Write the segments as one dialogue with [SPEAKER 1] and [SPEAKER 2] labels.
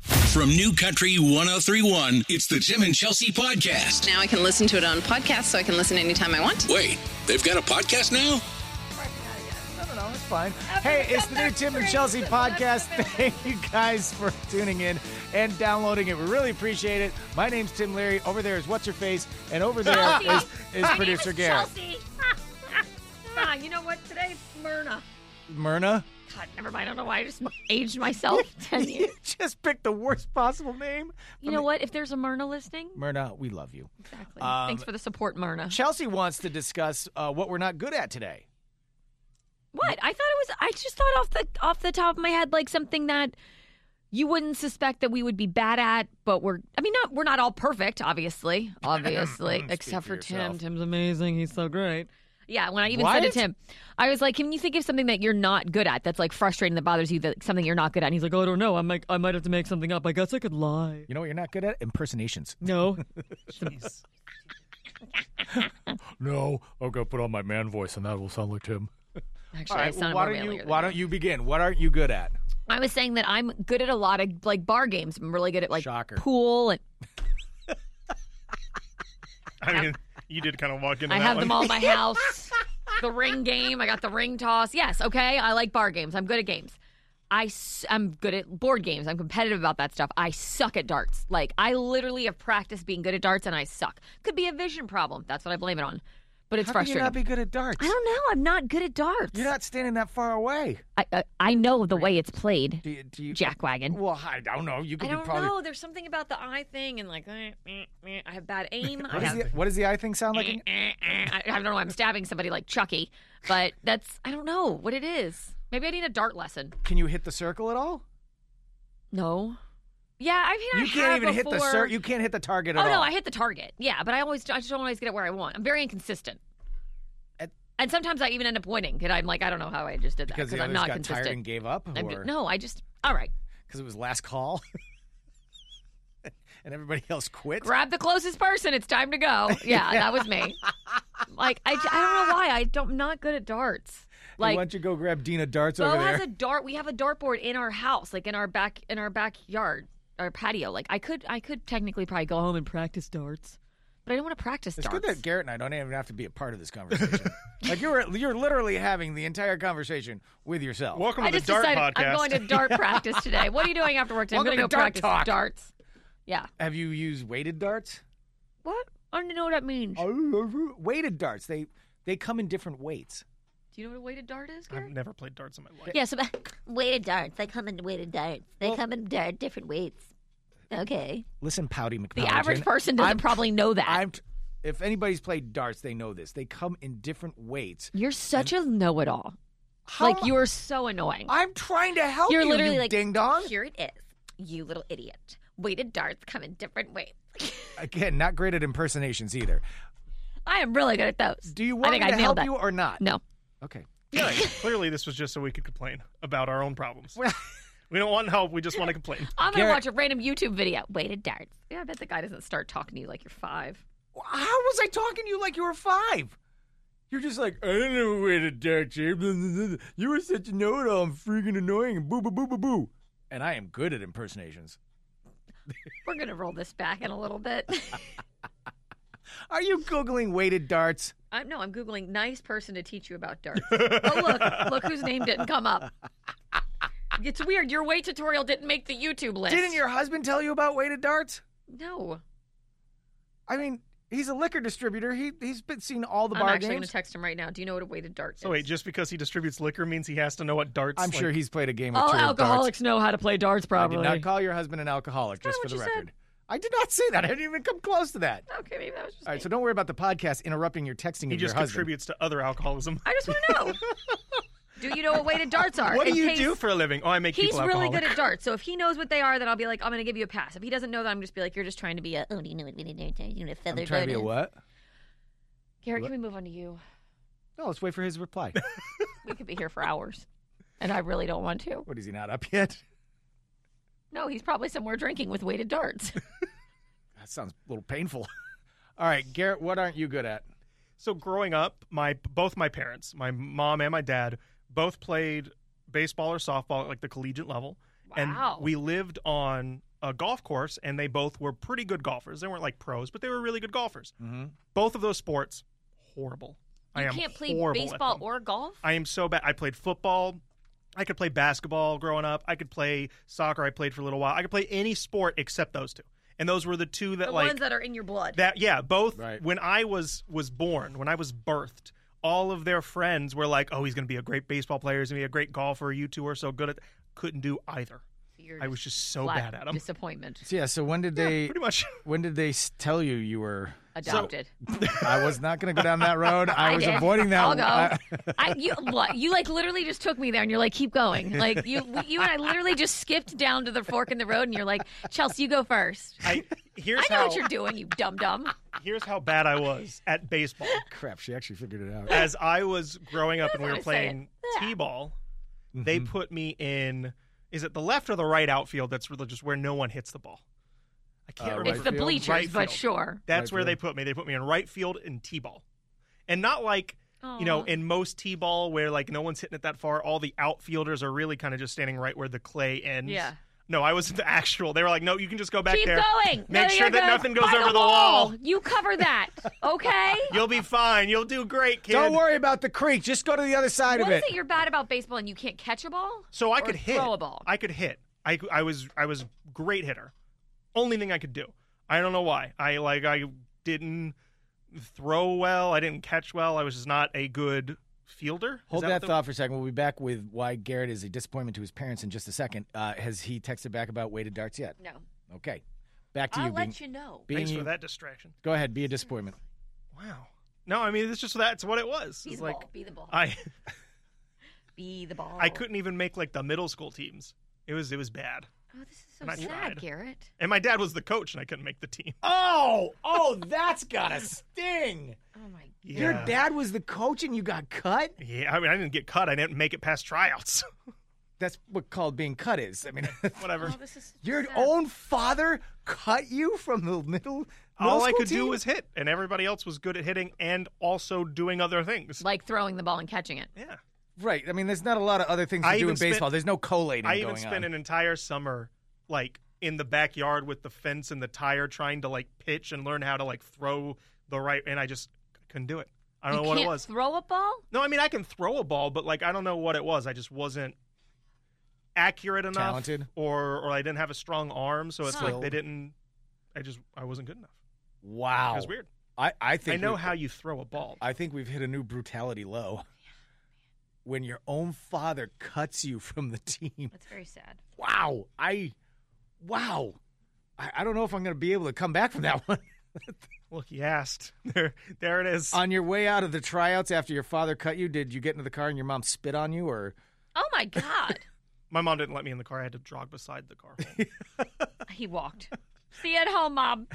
[SPEAKER 1] From New Country 1031, it's the Tim and Chelsea podcast.
[SPEAKER 2] Now I can listen to it on podcast, so I can listen anytime I want.
[SPEAKER 1] Wait, they've got a podcast now?
[SPEAKER 3] I don't know. It's fine. Hey, it's the new Tim and Chelsea podcast. Thank you guys for tuning in and downloading it. We really appreciate it. My name's Tim Leary. Over there is what's your face, and over there is, is
[SPEAKER 4] My name
[SPEAKER 3] producer
[SPEAKER 4] is
[SPEAKER 3] Garrett.
[SPEAKER 4] Chelsea. Ah, you know what? Today it's Myrna.
[SPEAKER 3] Myrna,
[SPEAKER 4] God, never mind. I don't know why I just aged myself ten
[SPEAKER 3] you
[SPEAKER 4] years.
[SPEAKER 3] just picked the worst possible name.
[SPEAKER 4] You know what? If there's a Myrna listening,
[SPEAKER 3] Myrna, we love you.
[SPEAKER 4] exactly.
[SPEAKER 3] Um,
[SPEAKER 4] Thanks for the support, Myrna.
[SPEAKER 3] Chelsea wants to discuss uh, what we're not good at today.
[SPEAKER 4] What? I thought it was. I just thought off the off the top of my head, like something that you wouldn't suspect that we would be bad at, but we're. I mean, not we're not all perfect, obviously, obviously, except for,
[SPEAKER 3] for
[SPEAKER 4] Tim.
[SPEAKER 3] yourself.
[SPEAKER 4] Tim's amazing. He's so great. Yeah, when I even said
[SPEAKER 3] What?
[SPEAKER 4] to Tim, I was like, "Can you think of something that you're not good at? That's like frustrating, that bothers you, that something you're not good at?" And he's like, "Oh, "I don't know. I might, I might have to make something up. I guess I could lie."
[SPEAKER 3] You know what you're not good at? Impersonations.
[SPEAKER 4] No,
[SPEAKER 3] No, I'll go put on my man voice, and that will sound like Tim.
[SPEAKER 4] actually,
[SPEAKER 3] All
[SPEAKER 4] I
[SPEAKER 3] right,
[SPEAKER 4] sound
[SPEAKER 3] why
[SPEAKER 4] more
[SPEAKER 3] don't you
[SPEAKER 4] manlier than
[SPEAKER 3] why
[SPEAKER 4] that.
[SPEAKER 3] don't you begin? What aren't you good at?
[SPEAKER 4] I was saying that I'm good at a lot of like bar games. I'm really good at like
[SPEAKER 3] Shocker.
[SPEAKER 4] pool and
[SPEAKER 5] I mean, you did kind of walk into
[SPEAKER 4] I
[SPEAKER 5] that
[SPEAKER 4] have
[SPEAKER 5] one.
[SPEAKER 4] them all in my house. the ring game. I got the ring toss. Yes, okay. I like bar games. I'm good at games. I s- I'm good at board games. I'm competitive about that stuff. I suck at darts. Like I literally have practiced being good at darts, and I suck. Could be a vision problem. That's what I blame it on. But it's
[SPEAKER 3] How can you
[SPEAKER 4] frustrating.
[SPEAKER 3] not be good at darts?
[SPEAKER 4] I don't know. I'm not good at darts.
[SPEAKER 3] You're not standing that far away.
[SPEAKER 4] I, I I know the way it's played.
[SPEAKER 3] Do you, do you,
[SPEAKER 4] Jackwagon.
[SPEAKER 3] Well, I don't know. You
[SPEAKER 4] I
[SPEAKER 3] could be
[SPEAKER 4] don't
[SPEAKER 3] probably.
[SPEAKER 4] know. There's something about the eye thing, and like eh, eh, eh. I have bad aim. I
[SPEAKER 3] What, is
[SPEAKER 4] have
[SPEAKER 3] the, what does the eye thing sound like? again?
[SPEAKER 4] Eh, eh. I, I don't know. why I'm stabbing somebody like Chucky, but that's I don't know what it is. Maybe I need a dart lesson.
[SPEAKER 3] Can you hit the circle at all?
[SPEAKER 4] No. Yeah, I mean,
[SPEAKER 3] you
[SPEAKER 4] I
[SPEAKER 3] can't
[SPEAKER 4] have
[SPEAKER 3] even hit the
[SPEAKER 4] before.
[SPEAKER 3] cir- You can't hit the target
[SPEAKER 4] oh
[SPEAKER 3] at
[SPEAKER 4] no,
[SPEAKER 3] all.
[SPEAKER 4] I hit the target. Yeah, but I always I just don't always get it where I want. I'm very inconsistent.
[SPEAKER 3] At-
[SPEAKER 4] And sometimes I even end up winning, and I'm like, I don't know how I just did that
[SPEAKER 3] because the
[SPEAKER 4] I'm
[SPEAKER 3] others
[SPEAKER 4] not
[SPEAKER 3] got
[SPEAKER 4] consistent.
[SPEAKER 3] tired and gave up,
[SPEAKER 4] I'm
[SPEAKER 3] or
[SPEAKER 4] ju- no, I just all right.
[SPEAKER 3] because it was last call, and everybody else quit.
[SPEAKER 4] grab the closest person. It's time to go. Yeah, that was me. Like I, I don't know why I don't I'm not good at darts.
[SPEAKER 3] Hey, why
[SPEAKER 4] Like
[SPEAKER 3] don't you go grab Dina darts
[SPEAKER 4] Bo
[SPEAKER 3] over there?
[SPEAKER 4] has a dart. We have a dartboard in our house, like in our back in our backyard, our patio. Like I could I could technically probably go home and practice darts, but I don't want to practice
[SPEAKER 3] it's
[SPEAKER 4] darts.
[SPEAKER 3] good that Garrett and I don't even have to be a part of this conversation. like you're you're literally having the entire conversation with yourself.
[SPEAKER 5] Welcome
[SPEAKER 4] I
[SPEAKER 5] to
[SPEAKER 4] just
[SPEAKER 5] the Dart
[SPEAKER 4] decided
[SPEAKER 5] Podcast.
[SPEAKER 4] I'm going to dart practice today. What are you doing after work today?
[SPEAKER 3] Welcome
[SPEAKER 4] I'm going
[SPEAKER 3] to
[SPEAKER 4] go
[SPEAKER 3] Dart
[SPEAKER 4] practice
[SPEAKER 3] Talk.
[SPEAKER 4] darts. Yeah.
[SPEAKER 3] Have you used weighted darts?
[SPEAKER 4] What? I don't even know what that means.
[SPEAKER 3] Weighted darts. They they come in different weights.
[SPEAKER 4] Do you know what a weighted dart is,
[SPEAKER 5] I've
[SPEAKER 4] Garrett?
[SPEAKER 5] never played darts in my life.
[SPEAKER 4] Yeah, so
[SPEAKER 6] Weighted darts. They come in weighted darts. They come in dar- different weights. Okay.
[SPEAKER 3] Listen, Pouty McPowderton.
[SPEAKER 4] the average person doesn't
[SPEAKER 3] I'm-
[SPEAKER 4] probably know that.
[SPEAKER 3] I'm. T- if anybody's played darts, they know this. They come in different weights.
[SPEAKER 4] You're such a know-it-all.
[SPEAKER 3] How
[SPEAKER 4] like
[SPEAKER 3] am-
[SPEAKER 4] you're so annoying.
[SPEAKER 3] I'm trying to help
[SPEAKER 4] You're
[SPEAKER 3] Oh, you,
[SPEAKER 4] literally
[SPEAKER 3] you
[SPEAKER 4] like,
[SPEAKER 3] ding dong.
[SPEAKER 4] Here it is, you little idiot. Weighted darts come in different ways.
[SPEAKER 3] Again, not great at impersonations either.
[SPEAKER 4] I am really good at those.
[SPEAKER 3] Do you want
[SPEAKER 4] I think
[SPEAKER 3] me
[SPEAKER 4] I
[SPEAKER 3] to help
[SPEAKER 4] nailed that.
[SPEAKER 3] you or not?
[SPEAKER 4] No.
[SPEAKER 3] Okay.
[SPEAKER 5] Yeah, clearly this was just so we could complain about our own problems. we don't want help. We just want to complain.
[SPEAKER 4] I'm gonna
[SPEAKER 3] Garrett-
[SPEAKER 4] watch a random YouTube video. Weighted darts. Yeah, I bet the guy doesn't start talking to you like you're five.
[SPEAKER 3] How was I talking to you like you were five? You're just like, I don't know where to dark You were such a know-it-all. I'm freaking annoying. and Boo, boo, boo, boo, boo. And I am good at impersonations.
[SPEAKER 4] We're gonna roll this back in a little bit.
[SPEAKER 3] Are you Googling weighted darts?
[SPEAKER 4] I'm no, I'm googling nice person to teach you about darts. oh look, look whose name didn't come up. It's weird. Your weight tutorial didn't make the YouTube list.
[SPEAKER 3] Didn't your husband tell you about weighted darts?
[SPEAKER 4] No.
[SPEAKER 3] I mean, he's a liquor distributor. He he's been seen all the
[SPEAKER 4] I'm
[SPEAKER 3] bar
[SPEAKER 4] actually gonna
[SPEAKER 3] games.
[SPEAKER 4] text him right now. Do you know what a weighted dart is?
[SPEAKER 5] So wait, just because he distributes liquor means he has to know what darts.
[SPEAKER 3] I'm
[SPEAKER 5] like-
[SPEAKER 3] sure he's played a game or
[SPEAKER 4] All
[SPEAKER 3] two of darts.
[SPEAKER 4] alcoholics know how to play darts, probably.
[SPEAKER 3] I did not call your husband an alcoholic,
[SPEAKER 4] That's
[SPEAKER 3] just for the
[SPEAKER 4] not what you
[SPEAKER 3] record. I did not say that. I didn't even come close to that.
[SPEAKER 4] Okay, maybe that was just.
[SPEAKER 3] All right,
[SPEAKER 4] me.
[SPEAKER 3] so don't worry about the podcast interrupting your texting
[SPEAKER 5] He
[SPEAKER 3] of your
[SPEAKER 5] just
[SPEAKER 3] husband.
[SPEAKER 5] contributes to other alcoholism.
[SPEAKER 4] I just want to know. do you know what weighted darts are?
[SPEAKER 5] What do
[SPEAKER 4] In
[SPEAKER 5] you
[SPEAKER 4] case-
[SPEAKER 5] do for a living? Oh, I make
[SPEAKER 4] He's
[SPEAKER 5] people
[SPEAKER 4] really
[SPEAKER 5] alcoholic.
[SPEAKER 4] good at darts, so if he knows what they are, then I'll be like, I'm going to give you a pass. If he doesn't know that, I'm just be like, you're just trying to be a.
[SPEAKER 6] Oh, do you know what weighted darts are? You know what a
[SPEAKER 3] I'm
[SPEAKER 6] feather dart
[SPEAKER 3] trying to be a
[SPEAKER 6] is?
[SPEAKER 3] what?
[SPEAKER 4] Garrett, can we move on to you?
[SPEAKER 3] No, let's wait for his reply.
[SPEAKER 4] We could be here for hours, and I really don't want to.
[SPEAKER 3] what is he not up yet?
[SPEAKER 4] No, he's probably somewhere drinking with weighted darts.
[SPEAKER 3] That sounds a little painful. All right, Garrett, what aren't you good at?
[SPEAKER 5] So growing up, my both my parents, my mom and my dad, both played baseball or softball at like the collegiate level.
[SPEAKER 4] Wow.
[SPEAKER 5] And we lived on a golf course, and they both were pretty good golfers. They weren't like pros, but they were really good golfers. Both of those sports, horrible. I
[SPEAKER 4] You
[SPEAKER 5] am
[SPEAKER 4] can't play
[SPEAKER 5] horrible at
[SPEAKER 4] baseball
[SPEAKER 5] them.
[SPEAKER 4] or golf.
[SPEAKER 5] I am so bad. I played football. I could play basketball growing up. I could play soccer. I played for a little while. I could play any sport except those two. And those were the two that
[SPEAKER 4] the
[SPEAKER 5] like
[SPEAKER 4] ones that are in your blood.
[SPEAKER 5] that yeah, both
[SPEAKER 3] Right.
[SPEAKER 5] when I was was born, when I was birthed, all of their friends were like, "Oh, he's going to be a great baseball player. He's going to be a great golfer. You two are so good at." Couldn't do either.
[SPEAKER 4] You're
[SPEAKER 5] I was just so
[SPEAKER 4] flat
[SPEAKER 5] bad at them.
[SPEAKER 4] Disappointment.
[SPEAKER 3] So, yeah. So when did they?
[SPEAKER 5] Pretty much.
[SPEAKER 3] When did they s- tell you you were?
[SPEAKER 4] Adopted.
[SPEAKER 3] I was not going to go down that road. I,
[SPEAKER 4] I
[SPEAKER 3] was
[SPEAKER 4] did.
[SPEAKER 3] avoiding that.
[SPEAKER 5] Um,
[SPEAKER 4] I'll go.
[SPEAKER 3] I-
[SPEAKER 4] I, you, what, you like literally just took me there, and you're like, keep going. Like you, you and I literally just skipped down to the fork in the road, and you're like, Chelsea, you go first.
[SPEAKER 5] I, here's
[SPEAKER 4] I know
[SPEAKER 5] how
[SPEAKER 4] what you're doing, you dum dum.
[SPEAKER 5] here's how bad I was at baseball.
[SPEAKER 3] crap, she actually figured it out.
[SPEAKER 5] As I was growing up and we
[SPEAKER 4] what
[SPEAKER 5] were
[SPEAKER 4] I'm saying.
[SPEAKER 5] playing t-ball, they
[SPEAKER 3] Mm-hmm.
[SPEAKER 5] put me in. Is it the left or the right outfield? That's really just where no one hits the ball. I can't
[SPEAKER 3] Uh,
[SPEAKER 5] remember.
[SPEAKER 3] Right
[SPEAKER 4] It's the
[SPEAKER 3] field.
[SPEAKER 4] bleachers,
[SPEAKER 5] Right
[SPEAKER 4] but
[SPEAKER 5] field.
[SPEAKER 4] sure.
[SPEAKER 5] That's
[SPEAKER 3] Right
[SPEAKER 5] where they
[SPEAKER 3] field.
[SPEAKER 5] put me. They put me in right field and t-ball, and not like you
[SPEAKER 4] Aw.
[SPEAKER 5] know in most t-ball where like no one's hitting it that far. All the outfielders are really kind of just standing right where the clay ends.
[SPEAKER 4] Yeah.
[SPEAKER 5] No, I was in the actual. They were like, no, you can just go back
[SPEAKER 4] Keep
[SPEAKER 5] there.
[SPEAKER 4] going.
[SPEAKER 5] Make
[SPEAKER 4] No,
[SPEAKER 5] sure
[SPEAKER 4] you're
[SPEAKER 5] that
[SPEAKER 4] good.
[SPEAKER 5] nothing goes
[SPEAKER 4] By
[SPEAKER 5] over
[SPEAKER 4] the
[SPEAKER 5] the wall.
[SPEAKER 4] You cover that, okay?
[SPEAKER 5] You'll be fine. You'll do great, kid.
[SPEAKER 3] Don't worry about the creek. Just go to the other side
[SPEAKER 4] What
[SPEAKER 3] of it.
[SPEAKER 4] is it you're bad about baseball and you can't catch a ball?
[SPEAKER 5] So I
[SPEAKER 4] Or
[SPEAKER 5] could hit.
[SPEAKER 4] throw a ball.
[SPEAKER 5] I could hit. I, I was I was great hitter. Only thing I could do. I don't know why. I like I didn't throw well. I didn't catch well. I was just not a good fielder. Is
[SPEAKER 3] Hold
[SPEAKER 5] what
[SPEAKER 3] that
[SPEAKER 5] the-
[SPEAKER 3] thought for a second. We'll be back with why Garrett is a disappointment to his parents in just a second. Uh, has he texted back about weighted darts yet?
[SPEAKER 4] No.
[SPEAKER 3] Okay. Back to
[SPEAKER 4] I'll
[SPEAKER 3] you. being,
[SPEAKER 4] let you know.
[SPEAKER 3] being
[SPEAKER 5] Thanks
[SPEAKER 3] you.
[SPEAKER 5] for that distraction.
[SPEAKER 3] Go ahead. Be a disappointment.
[SPEAKER 5] Wow. No, I mean it's just that's what it was.
[SPEAKER 4] Be
[SPEAKER 5] It's
[SPEAKER 4] the
[SPEAKER 5] like
[SPEAKER 4] ball. Be the ball.
[SPEAKER 5] I
[SPEAKER 4] be the ball.
[SPEAKER 3] Oh.
[SPEAKER 5] I couldn't even make like the middle school teams. It was it was bad.
[SPEAKER 4] Oh, this is so
[SPEAKER 5] And I
[SPEAKER 4] sad,
[SPEAKER 5] tried.
[SPEAKER 4] Garrett.
[SPEAKER 5] And my dad was the coach, and I couldn't make the team.
[SPEAKER 3] Oh, oh, that's got a sting.
[SPEAKER 4] Oh my.
[SPEAKER 5] Yeah.
[SPEAKER 3] dad was the coach and you got cut?
[SPEAKER 5] Yeah, I mean I didn't get cut. I didn't make it past tryouts.
[SPEAKER 3] That's what called being cut is. I mean,
[SPEAKER 5] Whatever.
[SPEAKER 4] Oh, this is.
[SPEAKER 3] your
[SPEAKER 4] sad.
[SPEAKER 3] own father cut you from the middle. middle
[SPEAKER 5] All I
[SPEAKER 3] school
[SPEAKER 5] could do
[SPEAKER 3] team?
[SPEAKER 5] was hit, and everybody else was good at hitting and also doing other things.
[SPEAKER 4] Like throwing the ball and catching it.
[SPEAKER 5] yeah.
[SPEAKER 3] Right. I mean, there's not a lot of other things to
[SPEAKER 5] I
[SPEAKER 3] do in
[SPEAKER 5] even spent-
[SPEAKER 3] baseball. there's no collating
[SPEAKER 5] I
[SPEAKER 3] going
[SPEAKER 5] even spent
[SPEAKER 3] on.
[SPEAKER 5] an entire summer like in the backyard with the fence and the tire trying to like pitch and learn how to like throw the right and I just couldn't do it. I don't
[SPEAKER 4] you
[SPEAKER 5] know what
[SPEAKER 4] can't
[SPEAKER 5] it was.
[SPEAKER 4] Throw a ball?
[SPEAKER 5] no, I mean I can throw a ball, but like I don't know what it was. I just wasn't accurate enough
[SPEAKER 3] Talented.
[SPEAKER 5] or or I didn't have a strong arm, so it's like
[SPEAKER 3] Skilled.
[SPEAKER 5] they didn't I just I wasn't good enough.
[SPEAKER 3] wow.
[SPEAKER 5] It was weird.
[SPEAKER 3] I, I
[SPEAKER 5] I
[SPEAKER 3] think
[SPEAKER 5] know
[SPEAKER 3] we-
[SPEAKER 5] how you throw a ball.
[SPEAKER 3] I think we've hit a new brutality low. When your own father cuts you from the team.
[SPEAKER 4] That's very sad.
[SPEAKER 3] Wow. I wow. I, I don't know if I'm gonna be able to come back from that one.
[SPEAKER 5] Look, he asked. There there it is.
[SPEAKER 3] on your way out of the tryouts after your father cut you, did you get into the car and your mom spit on you or
[SPEAKER 4] Oh my God.
[SPEAKER 5] My mom didn't let me in the car. I had to jog beside the car. home.
[SPEAKER 4] he walked. See you at home, Mom.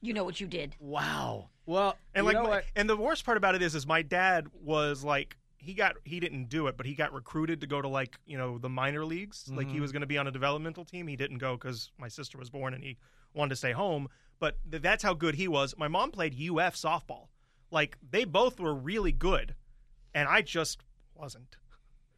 [SPEAKER 4] You know what you did.
[SPEAKER 3] Wow. Well
[SPEAKER 5] And
[SPEAKER 3] you
[SPEAKER 5] like,
[SPEAKER 3] know
[SPEAKER 5] my-
[SPEAKER 3] what?
[SPEAKER 5] and the worst part about it is, is my dad was like, he got, he didn't do it, but he got recruited to go to like, you know, the minor leagues. Like
[SPEAKER 4] Mm-hmm.
[SPEAKER 5] he was going to be on a developmental team. He didn't go because my sister was born and he wanted to stay home. But th- that's how good he was. My mom played UF softball. Like they both were really good, and I just wasn't.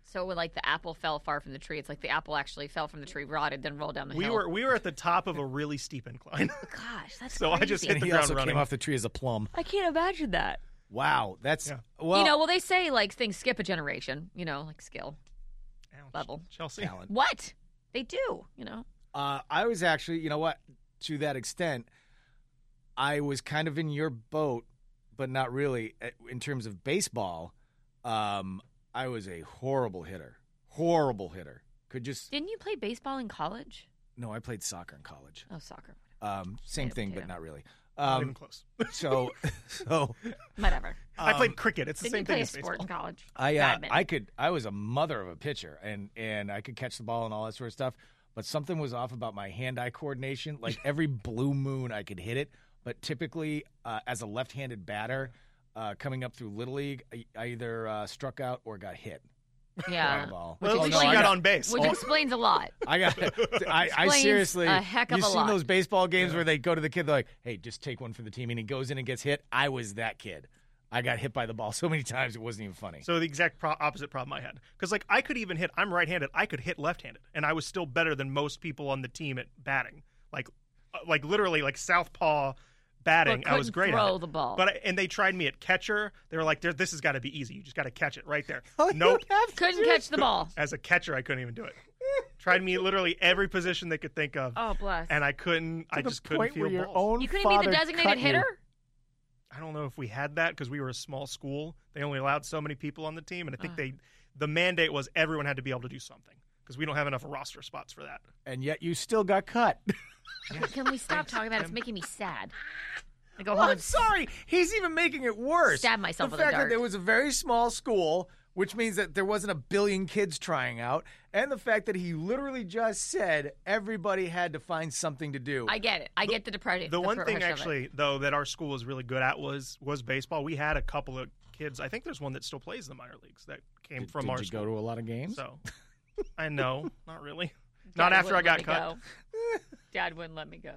[SPEAKER 4] So when like the apple fell far from the tree, it's like the apple actually fell from the tree, rotted, then rolled down the
[SPEAKER 5] We
[SPEAKER 4] hill.
[SPEAKER 5] were we were at the top of a really steep incline.
[SPEAKER 4] Gosh, that's
[SPEAKER 5] So I just
[SPEAKER 4] crazy.
[SPEAKER 5] hit
[SPEAKER 3] and
[SPEAKER 5] the
[SPEAKER 3] he
[SPEAKER 5] ground
[SPEAKER 3] also
[SPEAKER 5] running.
[SPEAKER 3] came off the tree as a plum.
[SPEAKER 4] I can't imagine that.
[SPEAKER 3] Wow. That's
[SPEAKER 5] Yeah.
[SPEAKER 3] well
[SPEAKER 4] you know, well they say like things skip a generation. You know, like skill
[SPEAKER 5] Ouch.
[SPEAKER 4] level.
[SPEAKER 5] Chelsea.
[SPEAKER 3] talent.
[SPEAKER 4] What they do, you know.
[SPEAKER 3] Uh, I was actually, you know what, to that extent, I was kind of in your boat, but not really Uh, in terms of baseball. Um, I was a horrible hitter, horrible hitter. Could just
[SPEAKER 4] Didn't you play baseball in college?
[SPEAKER 3] no. I played soccer in college.
[SPEAKER 4] Oh, soccer.
[SPEAKER 3] Um, same
[SPEAKER 4] Potato,
[SPEAKER 3] thing, but
[SPEAKER 4] potato.
[SPEAKER 3] not really.
[SPEAKER 5] Not even
[SPEAKER 3] Um,
[SPEAKER 5] close.
[SPEAKER 3] so, so
[SPEAKER 4] Whatever.
[SPEAKER 5] I
[SPEAKER 3] um,
[SPEAKER 5] played cricket. It's the
[SPEAKER 4] Didn't you
[SPEAKER 5] same
[SPEAKER 4] play
[SPEAKER 5] thing
[SPEAKER 4] a
[SPEAKER 5] as
[SPEAKER 4] sport
[SPEAKER 5] baseball.
[SPEAKER 4] in college?
[SPEAKER 3] I uh,
[SPEAKER 4] Badminton.
[SPEAKER 3] I could I was a mother of a pitcher and and I could catch the ball and all that sort of stuff, but something was off about my hand eye coordination. Like every blue moon, I could hit it, but typically uh, as a left handed batter, uh, coming up through little league, I, I either uh, struck out or got hit.
[SPEAKER 4] Yeah.
[SPEAKER 3] Volleyball.
[SPEAKER 5] Well,
[SPEAKER 4] Which
[SPEAKER 5] at
[SPEAKER 4] is
[SPEAKER 5] least you
[SPEAKER 4] like-
[SPEAKER 5] got on base.
[SPEAKER 4] Which explains a lot.
[SPEAKER 3] I got I, I
[SPEAKER 4] Explains
[SPEAKER 3] seriously
[SPEAKER 4] a heck of
[SPEAKER 3] you
[SPEAKER 4] a
[SPEAKER 3] seen
[SPEAKER 4] lot.
[SPEAKER 3] those baseball games where they go to the kid they're like, hey, just take one for the team, and he goes in and gets hit. I was that kid. I got hit by the ball so many times it wasn't even funny.
[SPEAKER 5] So the exact pro- opposite problem I had, because like I could even hit. I'm right-handed. I could hit left-handed, and I was still better than most people on the team at batting. like uh, like literally like southpaw batting.
[SPEAKER 4] But
[SPEAKER 5] I was
[SPEAKER 4] couldn't
[SPEAKER 5] great at
[SPEAKER 4] throw
[SPEAKER 5] it.
[SPEAKER 4] the ball.
[SPEAKER 5] But I, and they tried me at catcher. They were like, "There- "This has got to be easy. You just got to catch it right there." nope.
[SPEAKER 4] Couldn't Oh, catch the ball.
[SPEAKER 5] As a catcher, I couldn't even do it. tried me literally every position they could think of,
[SPEAKER 4] Oh, bless.
[SPEAKER 5] and I couldn't. I
[SPEAKER 3] To the
[SPEAKER 5] just
[SPEAKER 3] point
[SPEAKER 5] couldn't feel
[SPEAKER 3] where your
[SPEAKER 5] balls.
[SPEAKER 3] own
[SPEAKER 4] you couldn't be the
[SPEAKER 3] father cut
[SPEAKER 4] designated
[SPEAKER 3] you.
[SPEAKER 4] hitter?
[SPEAKER 5] I don't know if we had that because we were a small school. They only allowed so many people on the team, and I think they
[SPEAKER 4] Uh.
[SPEAKER 5] the mandate was everyone had to be able to do something because we don't have enough roster spots for that.
[SPEAKER 3] and yet you still got cut.
[SPEAKER 4] Can we stop talking about it? It's making me sad. I go
[SPEAKER 3] Well,
[SPEAKER 4] home.
[SPEAKER 3] I'm
[SPEAKER 4] and
[SPEAKER 3] sorry. He's even making it worse.
[SPEAKER 4] Oh, Stab myself
[SPEAKER 3] The
[SPEAKER 4] with a
[SPEAKER 3] fact that
[SPEAKER 4] dart.
[SPEAKER 3] there was a very small school, which means that there wasn't a billion kids trying out, and the fact that he literally just said everybody had to find something to do.
[SPEAKER 4] I get it. I get the depression.
[SPEAKER 5] The one thing
[SPEAKER 4] depression of it.
[SPEAKER 5] actually though that our school was really good at was was baseball. We had a couple of kids. I think there's one that still plays in the minor leagues that came from
[SPEAKER 3] Did
[SPEAKER 5] our
[SPEAKER 3] you
[SPEAKER 5] school.
[SPEAKER 3] go to a lot of games?
[SPEAKER 5] so I know, not really.
[SPEAKER 4] Daddy
[SPEAKER 5] Not after I
[SPEAKER 4] wouldn't
[SPEAKER 5] got
[SPEAKER 4] let
[SPEAKER 5] cut.
[SPEAKER 4] me go. Dad wouldn't let me go.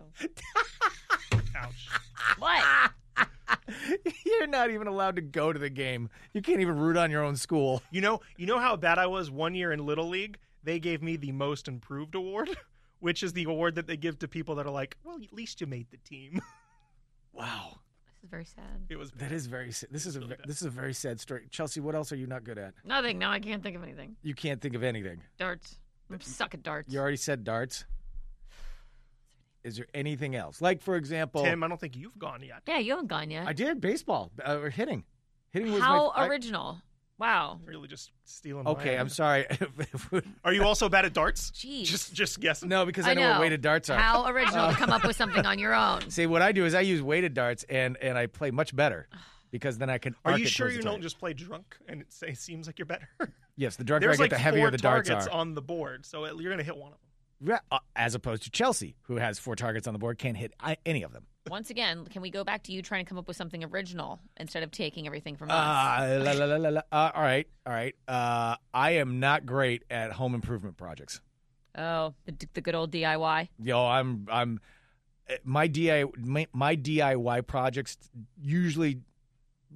[SPEAKER 5] Ouch.
[SPEAKER 4] What?
[SPEAKER 3] You're not even allowed to go to the game. You can't even root on your own school.
[SPEAKER 5] You know, you know how bad I was one year in Little League. They gave me the Most Improved award, which is the award that they give to people that are like, well, at least you made the team.
[SPEAKER 3] Wow.
[SPEAKER 4] This is very sad.
[SPEAKER 5] It was
[SPEAKER 3] That is very. sa- This is a ve- this is a very sad story. Chelsea, what else are you not good at?
[SPEAKER 4] Nothing. Now I can't think of anything.
[SPEAKER 3] You can't think of anything.
[SPEAKER 4] Darts. I suck at darts.
[SPEAKER 3] You already said darts. Is there anything else? Like for example,
[SPEAKER 5] Tim. I don't think you've gone yet.
[SPEAKER 4] yeah, you haven't gone yet.
[SPEAKER 3] I did baseball uh, or hitting. Hitting was
[SPEAKER 4] How
[SPEAKER 3] my, I-
[SPEAKER 4] original. Wow.
[SPEAKER 5] Really, just stealing. Oh, my
[SPEAKER 3] okay, I'm
[SPEAKER 5] idea.
[SPEAKER 3] sorry. If- if-
[SPEAKER 5] Are you also bad at darts?
[SPEAKER 4] Jeez.
[SPEAKER 5] Just, just guessing.
[SPEAKER 3] no, because I, know, what weighted darts are.
[SPEAKER 4] How original to come up with something on your own.
[SPEAKER 3] See, what I do is I use weighted darts and and I play much better because then I can.
[SPEAKER 5] Are
[SPEAKER 3] arc
[SPEAKER 5] you
[SPEAKER 3] it
[SPEAKER 5] sure
[SPEAKER 3] towards
[SPEAKER 5] you
[SPEAKER 3] the
[SPEAKER 5] don't
[SPEAKER 3] target.
[SPEAKER 5] just play drunk and it say, seems like you're better?
[SPEAKER 3] Yes, the darker I
[SPEAKER 5] There's
[SPEAKER 3] get,
[SPEAKER 5] like
[SPEAKER 3] the
[SPEAKER 5] four
[SPEAKER 3] heavier the darts
[SPEAKER 5] targets
[SPEAKER 3] are.
[SPEAKER 5] on the board, so it- you're gonna hit one of them.
[SPEAKER 3] Re- uh, As opposed to Chelsea, who has four targets on the board, can't hit I- any of them.
[SPEAKER 4] Once again, can we go back to you trying to come up with something original instead of taking everything
[SPEAKER 5] Uh,
[SPEAKER 4] from us?
[SPEAKER 3] Ah, la, la, la, la, la. Uh, all right, all right. Uh, I am not great at home improvement projects.
[SPEAKER 4] Oh, the, the good old DIY.
[SPEAKER 3] Yo, I'm I'm eh, my DIY my, my DIY projects usually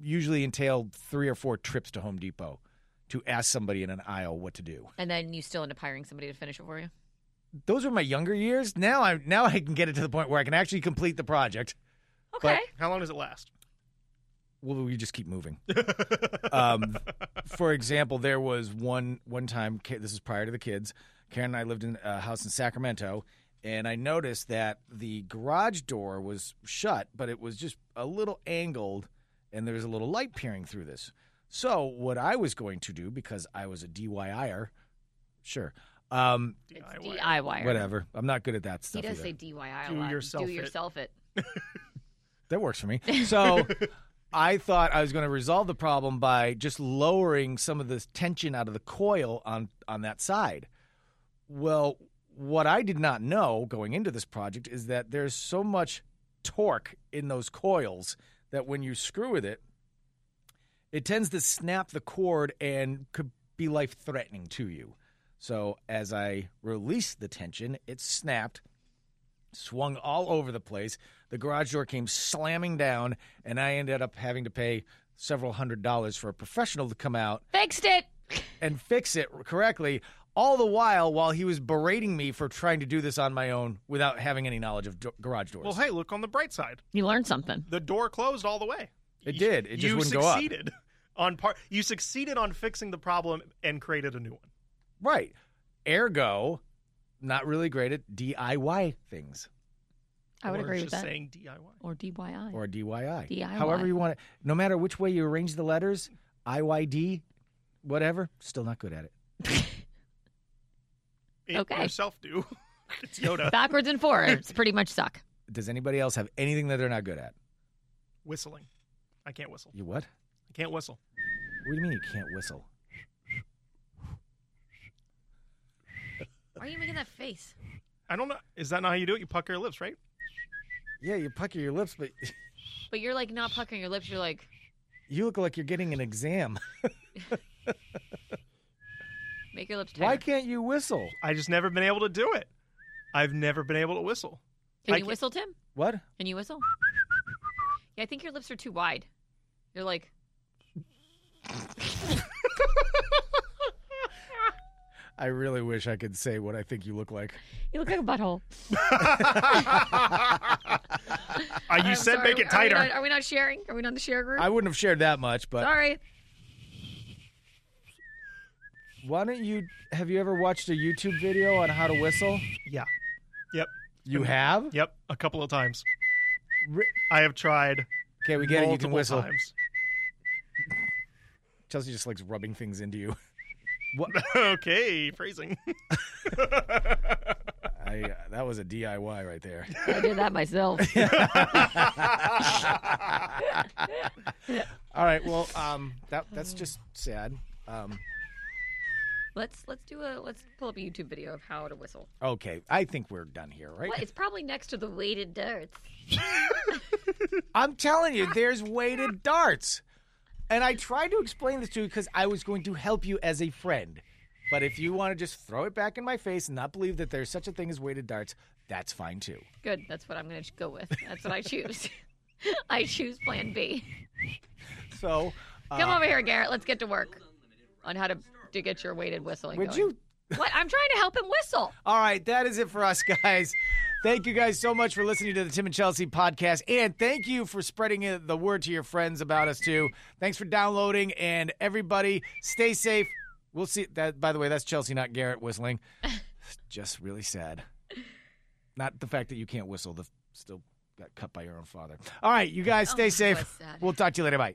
[SPEAKER 3] usually entail three or four trips to Home Depot to ask somebody in an aisle what to do.
[SPEAKER 4] And then you still end up hiring somebody to finish it for you.
[SPEAKER 3] Those were my younger years. Now I now I can get it to the point where I can actually complete the project.
[SPEAKER 4] Okay.
[SPEAKER 5] How long does it last?
[SPEAKER 3] Well, we just keep moving. um, for example, there was one one time. Ka- This is prior to the kids. Karen and I lived in a house in Sacramento, and I noticed that the garage door was shut, but it was just a little angled, and there was a little light peering through this. So what I was going to do, because I was a DIYer, sure, um,
[SPEAKER 4] It's
[SPEAKER 5] DIY.
[SPEAKER 4] DIY.
[SPEAKER 3] whatever. I'm not good at that
[SPEAKER 4] He
[SPEAKER 3] stuff.
[SPEAKER 4] does
[SPEAKER 3] either.
[SPEAKER 4] say DIY a
[SPEAKER 5] Do
[SPEAKER 4] lot.
[SPEAKER 5] yourself
[SPEAKER 4] Do
[SPEAKER 5] it.
[SPEAKER 4] yourself it.
[SPEAKER 3] That works for me. So I thought I was going to resolve the problem by just lowering some of this tension out of the coil on on that side. Well, what I did not know going into this project is that there's so much torque in those coils that when you screw with it, it tends to snap the cord and could be life threatening to you. So as I released the tension, it snapped swung all over the place. The garage door came slamming down, and I ended up having to pay several hundred dollars for a professional to come out
[SPEAKER 4] Fixed it.
[SPEAKER 3] and fix it correctly. All the while, while he was berating me for trying to do this on my own without having any knowledge of do- garage doors.
[SPEAKER 5] Well, hey, look on the bright side.
[SPEAKER 4] You learned something.
[SPEAKER 5] The door closed all the way.
[SPEAKER 3] It
[SPEAKER 5] You-
[SPEAKER 3] did. It just
[SPEAKER 5] you
[SPEAKER 3] wouldn't go up.
[SPEAKER 5] succeeded on part. You succeeded on fixing the problem and created a new one.
[SPEAKER 3] right. Ergo, not really great at DIY things
[SPEAKER 4] I would
[SPEAKER 5] or
[SPEAKER 4] agree
[SPEAKER 5] just
[SPEAKER 4] with that.
[SPEAKER 5] Saying DIY.
[SPEAKER 4] Or DIY.
[SPEAKER 3] or DIY.
[SPEAKER 4] DIY.
[SPEAKER 3] However you want it. No matter which way you arrange the letters, IYD, whatever, still not good at it.
[SPEAKER 5] It
[SPEAKER 4] Okay.
[SPEAKER 5] Yourself do. it's Yoda
[SPEAKER 4] Backwards and forwards pretty much suck.
[SPEAKER 3] Does anybody else have anything that they're not good at?
[SPEAKER 5] whistling. I can't whistle.
[SPEAKER 3] You what?
[SPEAKER 5] I can't whistle.
[SPEAKER 3] What do you mean you can't whistle?
[SPEAKER 4] Why are you making that face?
[SPEAKER 5] I don't know. Is that not how you do it? You pucker your lips, right?
[SPEAKER 3] Yeah, you pucker your lips, but
[SPEAKER 4] But you're like not puckering your lips. You're like,
[SPEAKER 3] you look like you're getting an exam.
[SPEAKER 4] make your lips tighter.
[SPEAKER 3] Why can't you whistle?
[SPEAKER 5] I just never been able to do it. I've never been able to whistle.
[SPEAKER 4] Can
[SPEAKER 5] I
[SPEAKER 4] you
[SPEAKER 5] ca-
[SPEAKER 4] whistle, Tim?
[SPEAKER 3] What?
[SPEAKER 4] Can you whistle? Yeah, I think your lips are too wide. You're like,
[SPEAKER 3] I really wish I could say what I think you look like.
[SPEAKER 4] You look like a butthole.
[SPEAKER 5] Uh, you
[SPEAKER 4] I'm
[SPEAKER 5] said
[SPEAKER 4] sorry,
[SPEAKER 5] make it
[SPEAKER 4] are we-
[SPEAKER 5] tighter.
[SPEAKER 4] Are we, not, are we not sharing? Are we not in the share group?
[SPEAKER 3] I wouldn't have shared that much, but
[SPEAKER 4] Sorry.
[SPEAKER 3] why don't you? Have you ever watched a YouTube video on how to whistle?
[SPEAKER 5] yeah. Yep.
[SPEAKER 3] You have?
[SPEAKER 5] Yep. A couple of times.
[SPEAKER 3] Ri-
[SPEAKER 5] I have tried.
[SPEAKER 3] Okay, we get it. You can
[SPEAKER 5] multiple
[SPEAKER 3] whistle.
[SPEAKER 5] times.
[SPEAKER 3] Chelsea just likes rubbing things into you.
[SPEAKER 5] okay, phrasing.
[SPEAKER 3] I, uh, that was a DIY right there.
[SPEAKER 4] I did that myself.
[SPEAKER 3] All right. Well, um, that that's just sad. Um,
[SPEAKER 4] let's let's do a let's pull up a YouTube video of how to whistle.
[SPEAKER 3] okay, I think we're done here, right?
[SPEAKER 4] Well, it's probably next to the weighted darts.
[SPEAKER 3] I'm telling you, there's weighted darts, and I tried to explain this to you because I was going to help you as a friend. But if you want to just throw it back in my face and not believe that there's such a thing as weighted darts, that's fine too.
[SPEAKER 4] Good. That's what I'm going to go with. That's what I choose. I choose Plan B.
[SPEAKER 3] So, uh,
[SPEAKER 4] Come over here, Garrett. Let's get to work on how to to get your weighted whistling.
[SPEAKER 3] would
[SPEAKER 4] going.
[SPEAKER 3] you?
[SPEAKER 4] What? I'm trying to help him whistle.
[SPEAKER 3] All right, that is it for us, guys. Thank you guys so much for listening to the Tim and Chelsea podcast. And thank you for spreading uh, the word to your friends about us, too. Thanks for downloading. And everybody, stay safe. We'll see. That, by the way, that's Chelsea, not Garrett whistling. Just really sad. Not the fact that you can't whistle, the still got cut by your own father. All right, you guys, stay
[SPEAKER 4] Oh, was
[SPEAKER 3] safe.
[SPEAKER 4] sad.
[SPEAKER 3] We'll talk to you later. Bye.